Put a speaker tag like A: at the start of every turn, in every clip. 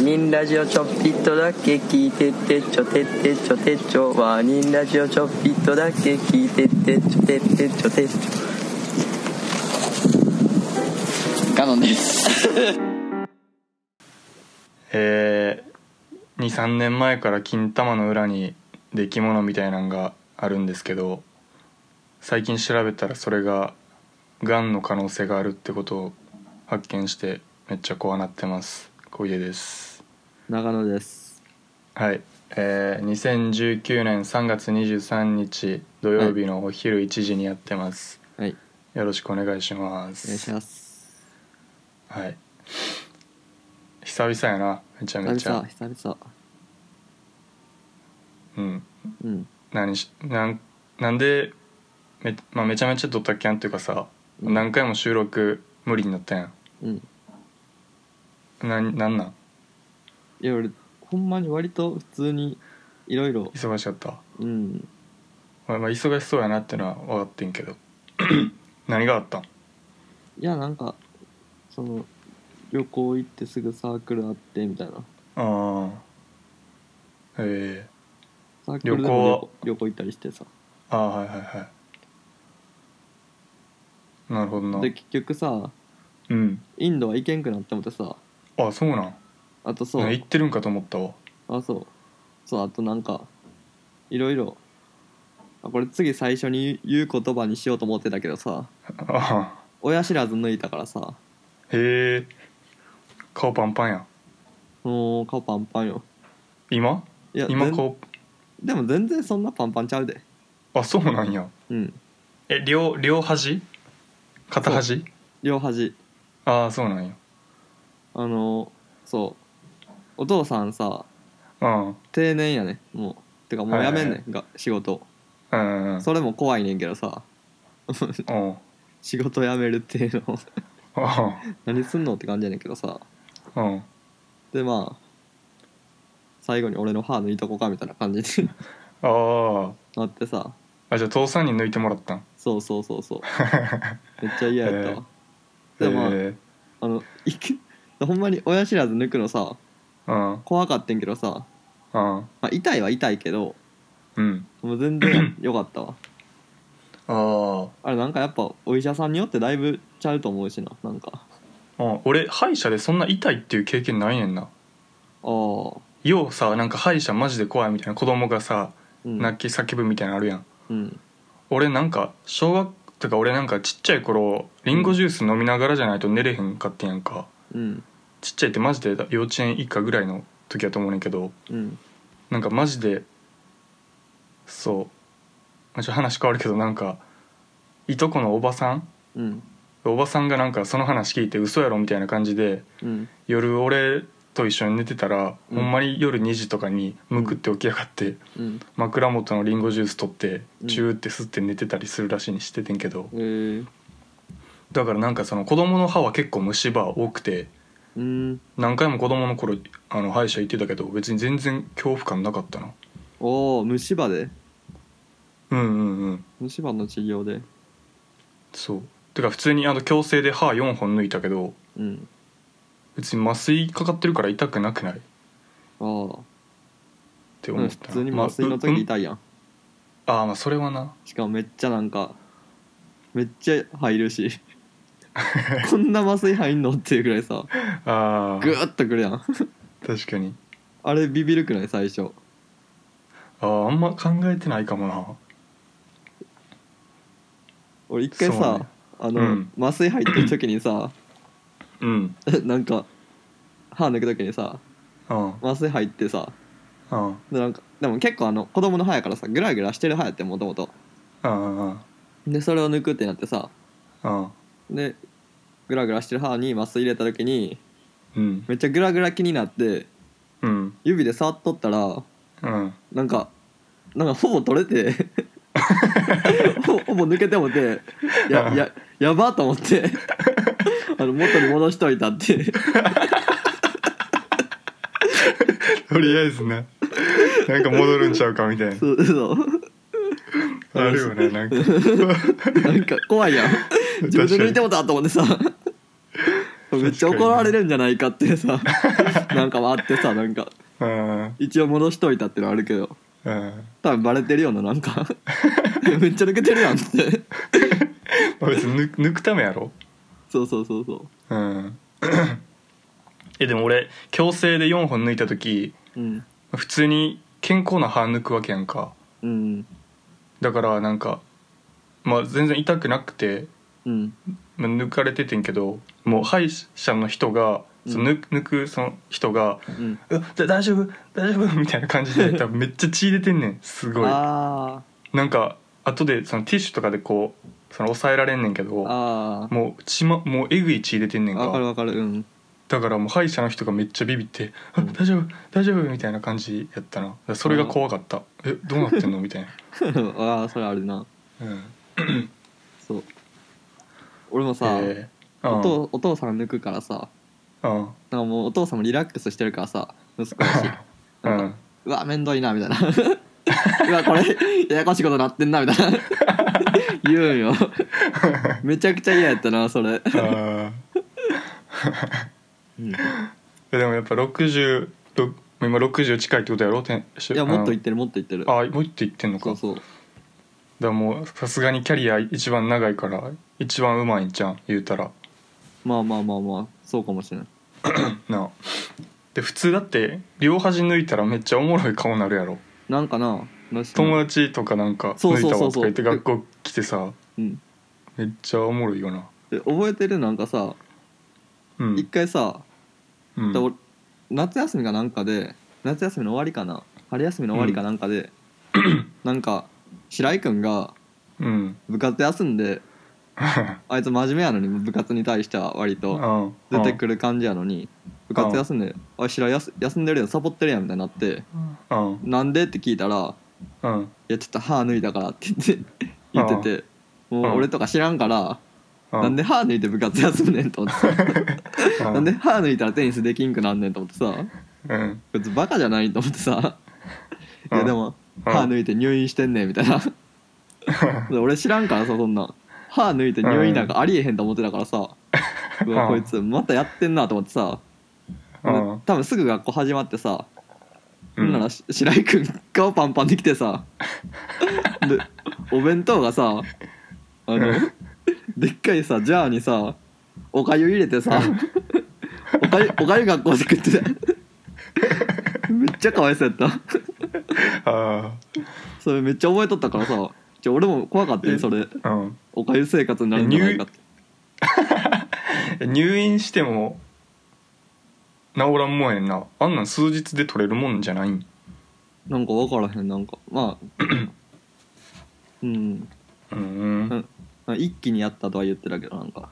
A: 人ラジオちょっぴっとだけ聞いてってちょてってちょてっちょワーニンラジオちょっぴっとだけ聞いてってちょてってちょてっちょ
B: ガノンです
C: えー、23年前から金玉の裏に出来物みたいなんがあるんですけど最近調べたらそれががんの可能性があるってことを発見してめっちゃ怖なってます小出です
D: 長野です
C: はいえー、2019年3月23日土曜日のお昼1時にやってます、
D: はい
C: よろしくお願いします
D: お願いします
C: はい久々やなめちゃめち
D: 久々
C: ゃ
D: 久
C: うん
D: 々うん
C: 何しなんなんでめ,、まあ、めちゃめちゃドタキャンっていうかさ、
D: うん
C: 何回も収録無理になったや
D: うん
C: んなんなんなん
D: いや俺ほんまに割と普通にいろいろ
C: 忙しかった、
D: うん
C: まあまあ、忙しそうやなってのは分かってんけ ど何があったん
D: いやなんかその旅行行ってすぐサークルあってみたいな
C: ああええ
D: サークルでも旅行旅行行ったりしてさ
C: ああはいはいはいなるほどな
D: で結局さ
C: うん
D: インドは行けんくなって思ってさ
C: あそうなん
D: あとそ
C: な
D: う
C: 行ってるんかと思ったわ
D: あそうそうあとなんかいろいろあこれ次最初に言う言葉にしようと思ってたけどさ
C: あ
D: 親知らず抜いたからさ
C: あへえ顔パンパンやん
D: もう顔パンパンよ
C: 今
D: いや
C: 今
D: 全
C: 顔
D: でも全然そんなパンパンちゃうで
C: あそうなんや
D: うん
C: え両両端片端
D: 両端
C: ああそうなんや
D: あのそうお父さんさ
C: うん
D: 定年やねもうてかもうやめん
C: はい
D: ねんが仕事
C: うんうんうん
D: それも怖いねんけどさ
C: おう
D: 仕事辞めるっていうの
C: あ
D: 何すんのって感じやねんけどさ
C: あうん
D: でまあ最後に俺の歯抜いとこかみたいな感じに
C: あー
D: なってさ
C: あじゃあ父さんに抜いてもらったん
D: そうそうそ うそうめっちゃ嫌やったわ、でもまあ
C: へ
D: あのいけほんまに親知らず抜くのさ
C: えうん
D: 怖かってんけどさ、
C: うん
D: まあ、痛いは痛いけど
C: うん
D: もう全然よかったわ
C: あ
D: あれなんかやっぱお医者さんによってだいぶちゃうと思うしななんか
C: あ俺歯医者でそんな痛いっていう経験ないねんな
D: ああ
C: ようさなんか歯医者マジで怖いみたいな子供がさ
D: うん
C: 泣き叫ぶみたいなのあるやん、
D: うん
C: 俺なんか小学とか俺なんかちっちゃい頃リンゴジュース飲みながらじゃないと寝れへんかってんやんか
D: うん
C: ちっちゃいってマジで幼稚園以下ぐらいの時やと思うねんけど
D: うん
C: なんかマジでそうまあちょっと話変わるけどなんかいとこのおばさん
D: うん
C: おばさんがなんかその話聞いて嘘やろみたいな感じで
D: うん
C: 夜俺と一緒に寝てたら、
D: うん
C: ほんまに夜2時とかにむくって起き上がって、
D: うん
C: 枕元のリンゴジュース取って
D: うん
C: チューって吸って寝てたりするらしいにしててんけど、
D: えー、
C: だからなんかその子供の歯は結構虫歯多くて
D: うん
C: 何回も子供の頃あの歯医者行ってたけど別に全然恐怖感なかったな
D: おお虫歯で
C: うんうんうん
D: 虫歯の治療で
C: そうてか普通にあの矯正で歯4本抜いたけど
D: うん
C: 別に麻酔かかってるから痛くなくないっ
D: あ
C: て
D: あ、
C: 思
D: うん、
C: っ
D: 普
C: たな、
D: 通に麻酔の時痛いやん、
C: まあううんあーまあそれはな
D: しかもめっちゃなんかめっちゃ入 るしこんな麻酔入んのっていうぐらいさ
C: あ
D: グ
C: ー
D: ーッとくるやん
C: 確かに
D: あれビビるくない最初
C: あーあんま考えてないかもな
D: 俺一回
C: そう
D: さ、
C: ね
D: あの、
C: うん
D: 麻酔入ってる時にさ
C: うん
D: なんか歯抜く時にさ
C: うん
D: 麻酔入ってさ
C: うん
D: でなんかでも結構あの子供の歯やからさグラグラしてる歯やってもともと
C: うんうん
D: でそれを抜くってなってさ
C: うん
D: でグラグラしてる歯に麻酔入れた時に
C: うん
D: めっちゃグラグラ気になって
C: うん
D: 指で触っとったら
C: うん
D: なんかなんかほぼ取れて ほほぼ抜けてもてやややばと思ってあの元に戻しといたっていう
C: とりあえずななんか戻るんちゃうかみたいな
D: そうそう
C: あるよねなんか
D: なんか怖 いやん自分で抜いてもたと思ってさめっちゃ怒られるんじゃないかってさ なんか割ってさなんか
C: うん
D: 一応戻しといたってのはあるけど
C: うん
D: 多分バレてるよななんか いやめっちゃ抜けてるやんって
C: まあ別に抜く抜くためやろ
D: そうそうそうそ
C: うん えでも俺矯正で4本抜いた時
D: ううん
C: 普通に健康な歯抜くわけやんか
D: うん
C: だからなんかまあ全然痛くなくて
D: うん
C: まあ抜かれててんけどもう歯医者の人が、その抜く抜くその人が
D: うん
C: 「うわだ大丈夫大丈夫」みたいな感じ で多分めっちゃ血出てんねんすごい
D: あ
C: なんか後でそのティッシュとかでこうその抑えられんねんけ
D: ー
C: ど
D: あー
C: もう血まもうえぐい血出てんねん
D: わ
C: か
D: かるわかるうん
C: だからもう歯医者の人がめっちゃビビって「あ大丈夫大丈夫」みたいな感じやったなだからそれが怖かった「えどうなってんの?」みたいな
D: ああそれあるな
C: うん
D: そう俺もさ、
C: えー
D: お父お父さん抜くからさ
C: うんうん
D: なんかもうお父さんもリラックスしてるからさ息子だ しなんか
C: うん
D: うわ面倒いなみたいな うわこれややこしいことなってんなみたいな 言う んよめちゃくちゃ嫌やったなそれ、
C: あ
D: うんい
C: ーでもやっぱ60ろ今60近いってことやろてんし
D: やもっと
C: い
D: 言ってるもっと言ってる
C: あもう一って言ってんのか
D: そうそう
C: だからもうさすがにキャリア一番長いから一番うまいんじゃん言うたら
D: まあまあまあまあそうかもしれない
C: なあで普通だって両端抜いたらめっちゃおもろい顔なるやろ
D: なんかな確かに
C: 友達とかなんか
D: そう
C: 抜い
D: そう
C: た
D: そ
C: わ
D: う
C: と
D: そ
C: か言
D: う
C: って学校来てさ
D: うん、
C: めっちゃおもろいよな
D: で覚えてるなんかさ
C: う
D: 一
C: ん、
D: 回さ、
C: うん
D: で俺夏休みかなんかで夏休みの終わりかな春休みの終わりかなんかで、 なんか白井君が
C: うん
D: 部活休んであいつ真面目やのに部活に対しては割と
C: うん
D: 出てくる感じやのに部活休んで「おい白井やす休んでるやんサボってるやん」みたいになって
C: うん
D: 「なんで?」って聞いたら
C: うん
D: 「いやちょっと歯抜いたから」って言って言っててもう俺とか知らんから「
C: う
D: なんで歯抜いて部活休んねん」と思ってさ
C: う
D: なんで歯抜いたらテニスできんくなんねんと思ってさ
C: うん
D: こいつバカじゃないと思ってさ「
C: う
D: い
C: ん
D: やでも
C: うん
D: 歯抜いて入院してんねん」みたい な俺知らんからさそんなん歯抜いて入院なんかありえへんと思ってたから さ
C: ん
D: うわ
C: う
D: こ
C: ん
D: いつまたやってんなと思ってさで
C: うん
D: 多分すぐ学校始まってさ
C: う
D: ほんならし白井君顔パンパンできてさでお弁当がさあのでっかいさジャーにさおかゆ入れてさおかゆおかゆ学校で食ってためっちゃかわいそうやった
C: あ
D: それめっちゃ覚えとったからさちょ俺も怖かったよそれ
C: あうん
D: おかゆ生活になるんじゃないかって
C: 入院しても治らんもんやんなあんなん数日で取れるもんじゃないん
D: なんか分からへんなんかまあ うん
C: うん
D: うんまあ一気にやったとは言ってたけどなんか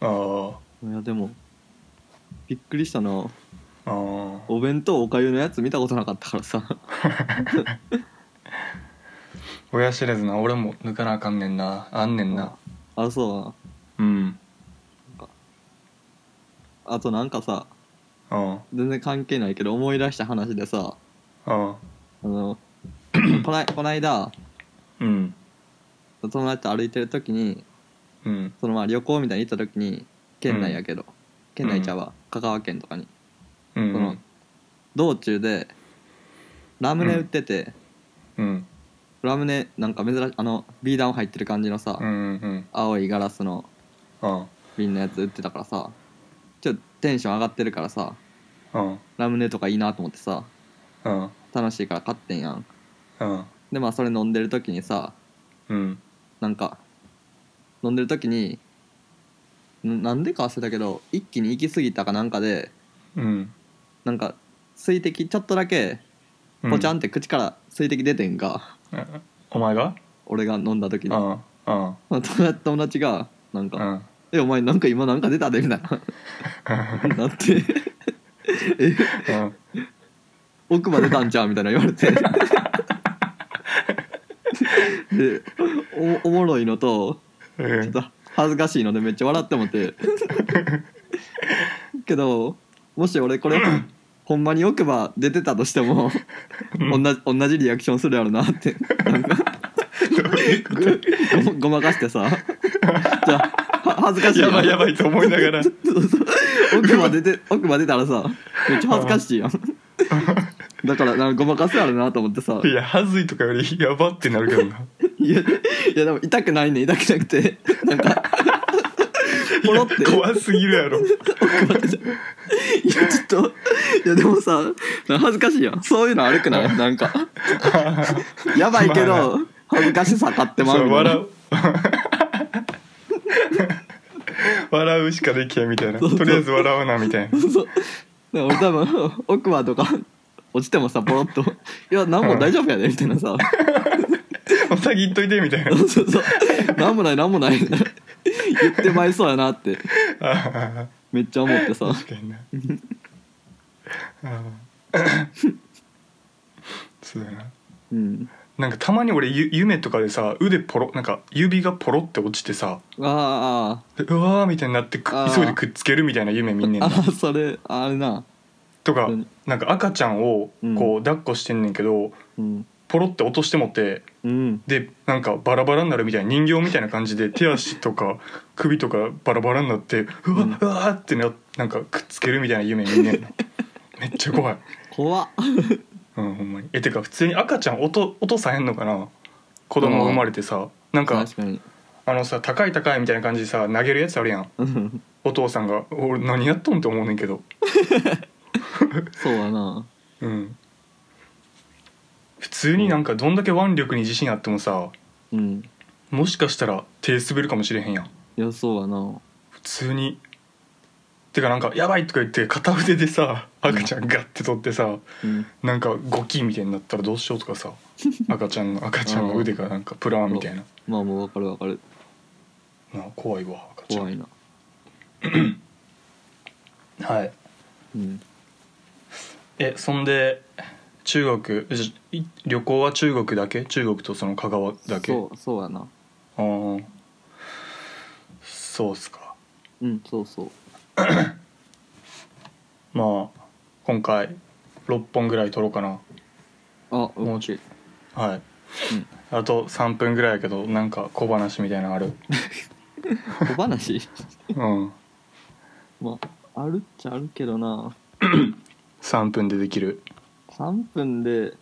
C: あー
D: いやでもびっくりしたな
C: あー
D: お弁当おかゆのやつ見たことなかったからさ
C: 親知らずな俺も抜かなあかんねんなあんねんな
D: あそう
C: う
D: な
C: ん
D: あとなんかさ
C: うん
D: 全然関係ないけど思い出した話でさ
C: うん
D: あの こないこないだ
C: うん
D: 友達と歩いてる時に
C: うん
D: そのまあ旅行みたいに行った時に県内やけど、県内ちゃうわ香川県とかに
C: う
D: その
C: ん
D: 道中でラムネ売ってて、
C: うん
D: ラムネなんか珍しいあのビー玉入ってる感じのさ、
C: うんうん
D: 青いガラスの
C: うん
D: 瓶のやつ売ってたからさちょっとテンション上がってるからさ
C: うん
D: ラムネとかいいなと思ってさ
C: うん
D: 楽しいから買ってんやん
C: うん
D: でまあそれ飲んでる時にさ
C: うん
D: なんか飲んでる時にななんでか忘れたけど一気に行き過ぎたかなんかで
C: うん
D: なんか水滴ちょっとだけ
C: うん
D: ポチャンって口から水滴出てんか、
C: お前が
D: 俺が飲んだ時に
C: うんうん
D: 友達友達がなんか、
C: うん
D: えお前なんか今なんか出たでみたい ななってえ
C: うん
D: 奥まで出たんちゃうみたいな言われて でおおもろいのと
C: う
D: ちょっ
C: ん
D: と恥ずかしいのでめっちゃ笑ってもてけどもし俺こ れほんまに奥歯出てたとしても同じ同じリアクションするやろなってなんかごごまかしてさじゃあは恥ずかしい
C: やばい
D: ん
C: やばいと思いながら
D: そうそう奥まで出て奥まで出たらさめっちゃ恥ずかしいやんだからなんかごまかせやろなと思ってさ
C: いや恥ずいとかよりやばってなるけどない
D: やいやでも痛くないね痛くなくてなんかポロってい
C: 怖すぎるやろ
D: やちょっといやでもさ恥ずかしいやんそういうの悪くないなんかやばいけど恥ずかしさ買ってまう
C: そう
D: みたいな
C: 笑う 笑うしかできへんみたいな
D: そうそう
C: とりあえず笑うなみたいな
D: そうだから俺多分奥歯とか落ちてもさポロッと「いや何も大丈夫やで」みたいなさ
C: お先言っといてみたいな
D: そうそうそう「何もない何もない」言ってまいそうやなって
C: あ
D: めっちゃ思ってさ
C: あ確か になああそうだな
D: うん
C: なんかたまに俺ゆ夢とかでさ腕ポロなんか指がポロって落ちてさ
D: あ
C: でうわーみたいになってく
D: あー
C: 急いでくっつけるみたいな夢見んねん
D: ーあ
C: な
D: ーそれあれな
C: とか
D: うん
C: なんか赤ちゃんをこう抱っこしてんねんけど、
D: うん
C: ポロって落としてもって
D: うん
C: でなんかバラバラになるみたいな人形みたいな感じで手足とか首とかバラバラになってうわ,、うわーってななんかくっつけるみたいな夢見んねんなめっちゃ怖い、
D: 怖っ
C: うん、ほんまにえてか普通に赤ちゃん音音さへんのかな子供生まれてさなんか
D: 確かに
C: あのさ高い高いみたいな感じでさ投げるやつあるやん
D: うん
C: お父さんが「俺何やっとん?」って思うねんけど
D: そうやな
C: うん普通になんかどんだけ腕力に自信あってもさ
D: うん
C: もしかしたら手滑るかもしれへんやん
D: いやそうやな
C: 普通にてかなんか「やばい」とか言って片腕でさ赤ちゃんガッて取ってさ
D: うん
C: なんかゴキみたいになったらどうしようとかさ赤ちゃんの赤ちゃんの腕がなんかプラーンみたいな
D: まあもうわかるわかる
C: なあ怖いわ赤ちゃ
D: 怖い
C: ん
D: な
C: はい
D: うん
C: えそんで中国じい旅行は中国だけ中国とその香川だけ
D: そうそうやな
C: あーそうっすか
D: うんそうそう
C: まあ今回6本ぐらい撮ろうかな
D: あ
C: もう
D: ちょい
C: はい、あと3分ぐらいやけどなんか小話みたいなのある
D: 小話
C: うん
D: まああるっちゃあるけどな
C: 3分でできる
D: 3分で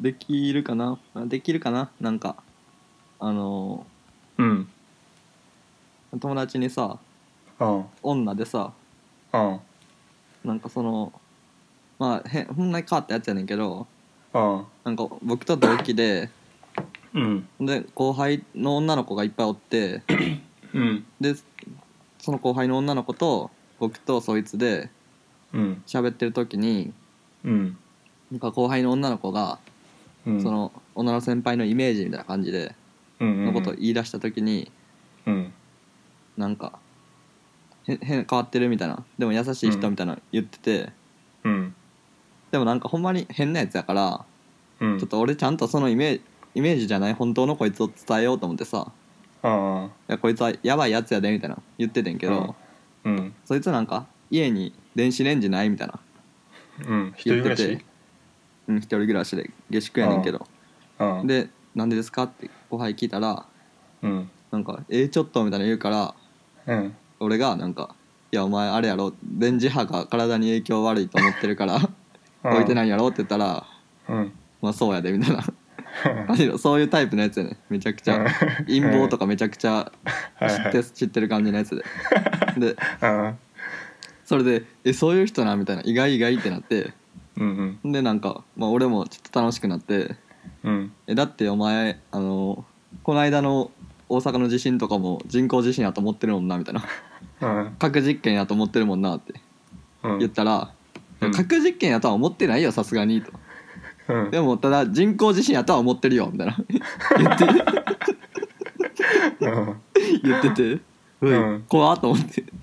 D: できるかなあできるかななんかあの
C: うん
D: ー友達にさ
C: うん
D: 女でさ
C: うん
D: なんかそのまあへんほんなに変わったやつやねんけど
C: うん
D: なんか僕と同期で
C: うん
D: で後輩の女の子がいっぱいおって
C: うん
D: でその後輩の女の子と僕とそいつで
C: うん
D: 喋ってる時に
C: うん
D: なんか後輩の女の子が、
C: うん
D: その女の先輩のイメージみたいな感じでの
C: の
D: ことを言い出した時に、
C: うん
D: なんかへ変変わってるみたいなでも優しい人みたいな言ってて、
C: うん
D: でもなんかほんまに変なやつやから、
C: うん
D: ちょっと俺ちゃんとそのイメージイメージじゃない本当のこいつを伝えようと思ってさ
C: あ
D: 「いやこいつはやばいやつやで」みたいな言っててんけど、
C: うんあうん
D: そいつなんか家に電子レンジないみたいな
C: うん一人
D: 言っ
C: 暮
D: て
C: ら
D: て
C: し
D: うん一人暮らしで下宿やねんけど、
C: うん
D: で「なんでですか?」って後輩聞いたら
C: うん
D: なんか「えー、ちょっと」みたいな言うから
C: うん
D: 俺がなんか「いやお前あれやろ電磁波が体に影響悪いと思ってるから置いてないいんやろ」って言ったら
C: うん
D: 「まあそうやで」みたいなあれそういうタイプのやつやねめちゃくち
C: うん
D: ゃ陰謀とかめちゃくちゃ知
C: はい
D: っ
C: はい
D: て知ってる感じのやつでで
C: うん
D: それで「えそういう人な」みたいな意外意外ってなって
C: うん
D: でなんか、まあ、俺もちょっと楽しくなって
C: うん
D: 「えだってお前あのこの間の大阪の地震とかも人工地震やと思ってるもんな」みたいな
C: うん
D: 「核実験やと思ってるもんな」って
C: うん
D: 言ったら「
C: うん
D: 核実験やとは思ってないよさすがに」と
C: うん
D: 「でもただ人工地震やとは思ってるよ」みたいな言って
C: うん
D: 言ってて「う
C: うん
D: ん怖っ」と思って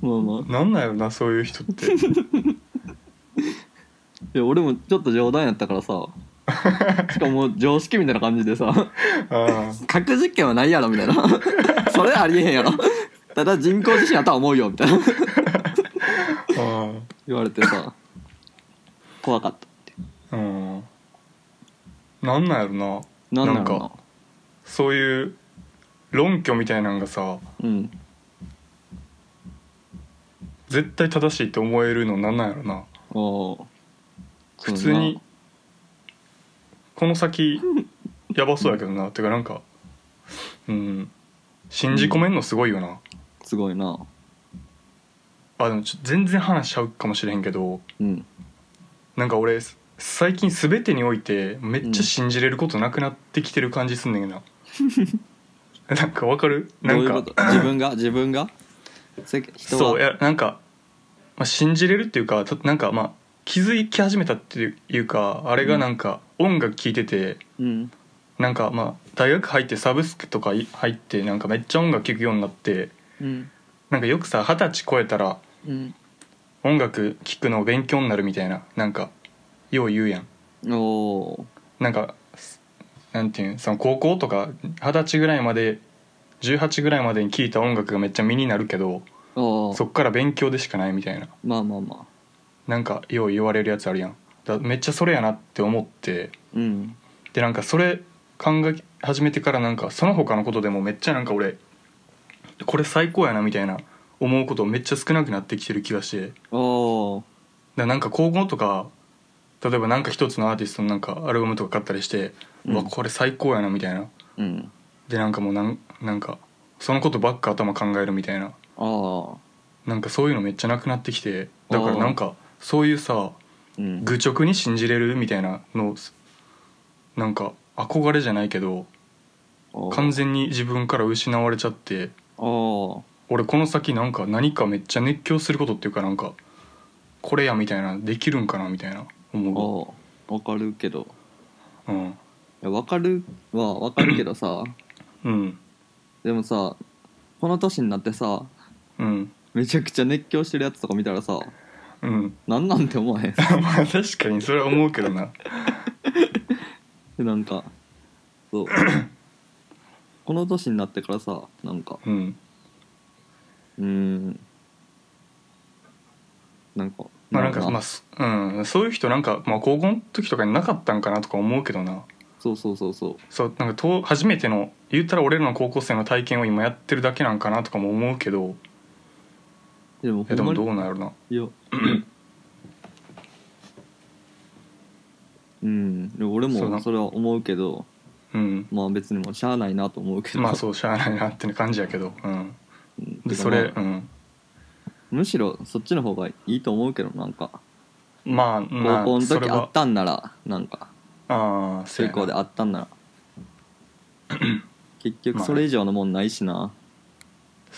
D: まあまあ
C: なんなんやろなそういう人って
D: いや俺もちょっと冗談やったか らさしかも常識みたいな感じでさ
C: あ
D: 「核実験はないやろ」みたいな 「それありえへんやろ」ただ人工地震やとは思うよみたいな
C: ああ
D: 言われてさ怖かったって
C: あうんなんなんやろな
D: なん
C: な
D: なんん
C: か
D: か
C: そういう論拠みたいなんがさ
D: うん
C: 絶対正しいって思えるのなんなんやろな
D: おー
C: 普通にこの先やばそうやけどなてかなんかうん信じ込めんのすごいよな、
D: すごいな
C: あでもちょ全然話しちゃうかもしれへんけど
D: うん
C: なんか俺す最近全てにおいてめっちゃ信じれることなくなってきてる感じすんねんな、なん かわかるな
D: どうんい
C: か
D: うこと自分が自分がせ人は
C: そういやなんか、まあ、信じれるっていうかたなんかまあ気づき始めたっていうかあれがなんか音楽聴いてて、
D: うん
C: なんかまあ大学入ってサブスクとかい入ってなんかめっちゃ音楽聴くようになって
D: うん
C: なんかよくさ二十歳超えたら
D: うん
C: 音楽聴くの勉強になるみたいななんかよう言うやん
D: おー
C: なんかすなんていうんその高校とか二十歳ぐらいまで18ぐらいまでに聴いた音楽がめっちゃ身になるけど
D: おー
C: そっから勉強でしかないみたいな
D: まあまあまあ
C: なんかよう言われるやつあるやんだめっちゃそれやなって思って
D: うん
C: でなんかそれ考え始めてからなんかその他のことでもめっちゃなんか俺これ最高やなみたいな思うことめっちゃ少なくなってきてる気がしてだか
D: おー
C: らなんか高校とか例えばなんか一つのアーティストのなんかアルバムとか買ったりして、う
D: うん
C: わこれ最高やなみたいな
D: うん
C: でなんかもうなんなんかそのことばっか頭考えるみたいな
D: ああ
C: なんかそういうのめっちゃなくなってきてだからなんかそういうさ
D: うん
C: 愚直に信じれるみたいなのすなんか憧れじゃないけど
D: おー
C: 完全に自分から失われちゃって
D: おー
C: 俺この先なんか何かめっちゃ熱狂することっていうかなんかこれやみたいなできるんかなみたいな思
D: おーわかるけど
C: ううん
D: いやわかるはわかるけどさ
C: うん
D: でもさこの年になってさ
C: うん
D: めちゃくちゃ熱狂してるやつとか見たらさ
C: うん
D: なんなんて思わへん
C: まあ確かにそれは思うけどな
D: でなんか そうこの年になってからさなんか
C: うん
D: うーんなんか
C: まあなんかまあすうんそういう人なんかまあ高校の時とかになかったんかなとか思うけどな
D: そうそうそうそう
C: そうなんかと初めての言ったら俺らの高校生の体験を今やってるだけなんかなとかも思うけど
D: でもほ
C: え
D: ん
C: で
D: ま
C: も
D: に
C: どうなんやろない
D: やうんでも俺
C: そうな
D: も
C: ん
D: それは思うけど
C: うん
D: まあ別にもうしゃあないなと思うけど、
C: まあそうしゃあないなって感じやけどうん
D: うん
C: で
D: てか
C: それ
D: ま
C: う
D: あ
C: ん
D: むしろそっちの方がいいと思うけどなんか
C: まあま
D: 高
C: あ
D: 校の
C: それ
D: 時あ
C: は
D: ったんならなんか
C: ああそう
D: 成
C: や
D: 功で
C: な
D: あった んなら結局それ以上のもんないしな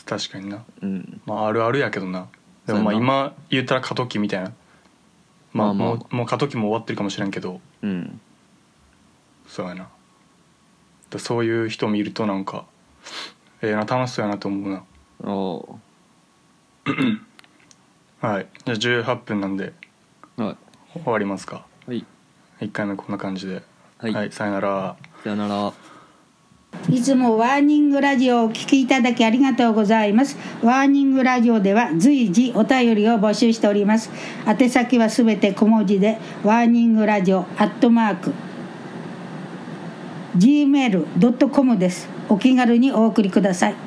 C: 確かにな
D: うん
C: まああるあるやけどなでもまあ
D: そうや
C: 今言ったら過渡期みたいなま
D: ま
C: あ
D: あまあ
C: もうもう過渡期も終わってるかもしれんけど
D: うん
C: そうやなだそういう人見るとなんかええな楽しそうやなと思うな
D: おお
C: はいじゃあ18分なんで
D: ーは
C: 終わりますか
D: いはい
C: 1回目こんな感じで
D: はい、
C: はい、さよなら
D: さよなら
E: いつもワーニングラジオをお聞きいただきありがとうございます。ワーニングラジオでは随時お便りを募集しております。宛先はすべて小文字で、ワーニングラジオアットマーク、gmail.com です。お気軽にお送りください。